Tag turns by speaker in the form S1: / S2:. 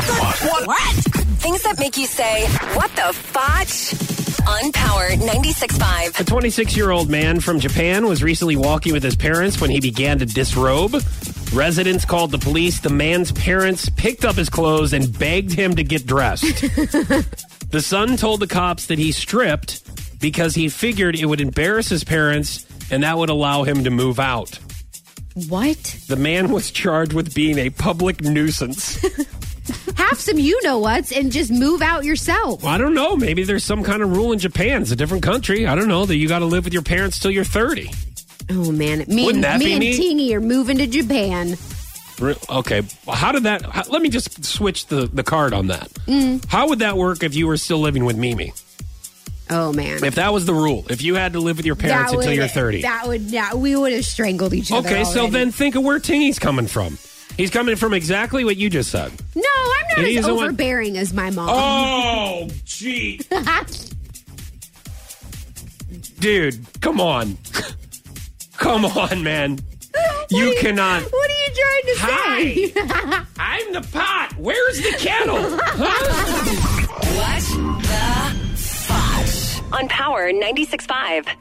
S1: What? What?
S2: Things that make you say, what the fotch? On Power 96.5.
S1: A 26 year old man from Japan was recently walking with his parents when he began to disrobe. Residents called the police. The man's parents picked up his clothes and begged him to get dressed. the son told the cops that he stripped because he figured it would embarrass his parents and that would allow him to move out.
S3: What?
S1: The man was charged with being a public nuisance.
S3: Have some you know what's and just move out yourself.
S1: I don't know. Maybe there's some kind of rule in Japan. It's a different country. I don't know that you got to live with your parents till you're 30.
S3: Oh man, me
S1: Wouldn't
S3: and
S1: that
S3: me
S1: be
S3: and
S1: me?
S3: Tingy are moving to Japan.
S1: Re- Okay. How did that? How, let me just switch the, the card on that.
S3: Mm.
S1: How would that work if you were still living with Mimi?
S3: Oh man,
S1: If that was the rule, if you had to live with your parents until
S3: would-
S1: you're 30.
S3: That would yeah, we would have strangled each other.
S1: okay, so
S3: already.
S1: then think of where Tingy's coming from. He's coming from exactly what you just said.
S3: no, I'm not
S1: He's
S3: as
S1: the one-
S3: overbearing as my mom.
S1: Oh, gee. Dude, come on. Come on, man. You
S3: What are
S1: cannot.
S3: What are you trying to say?
S1: Hi. I'm the pot. Where's the kettle? Huh?
S2: What the fotch? On Power 96.5.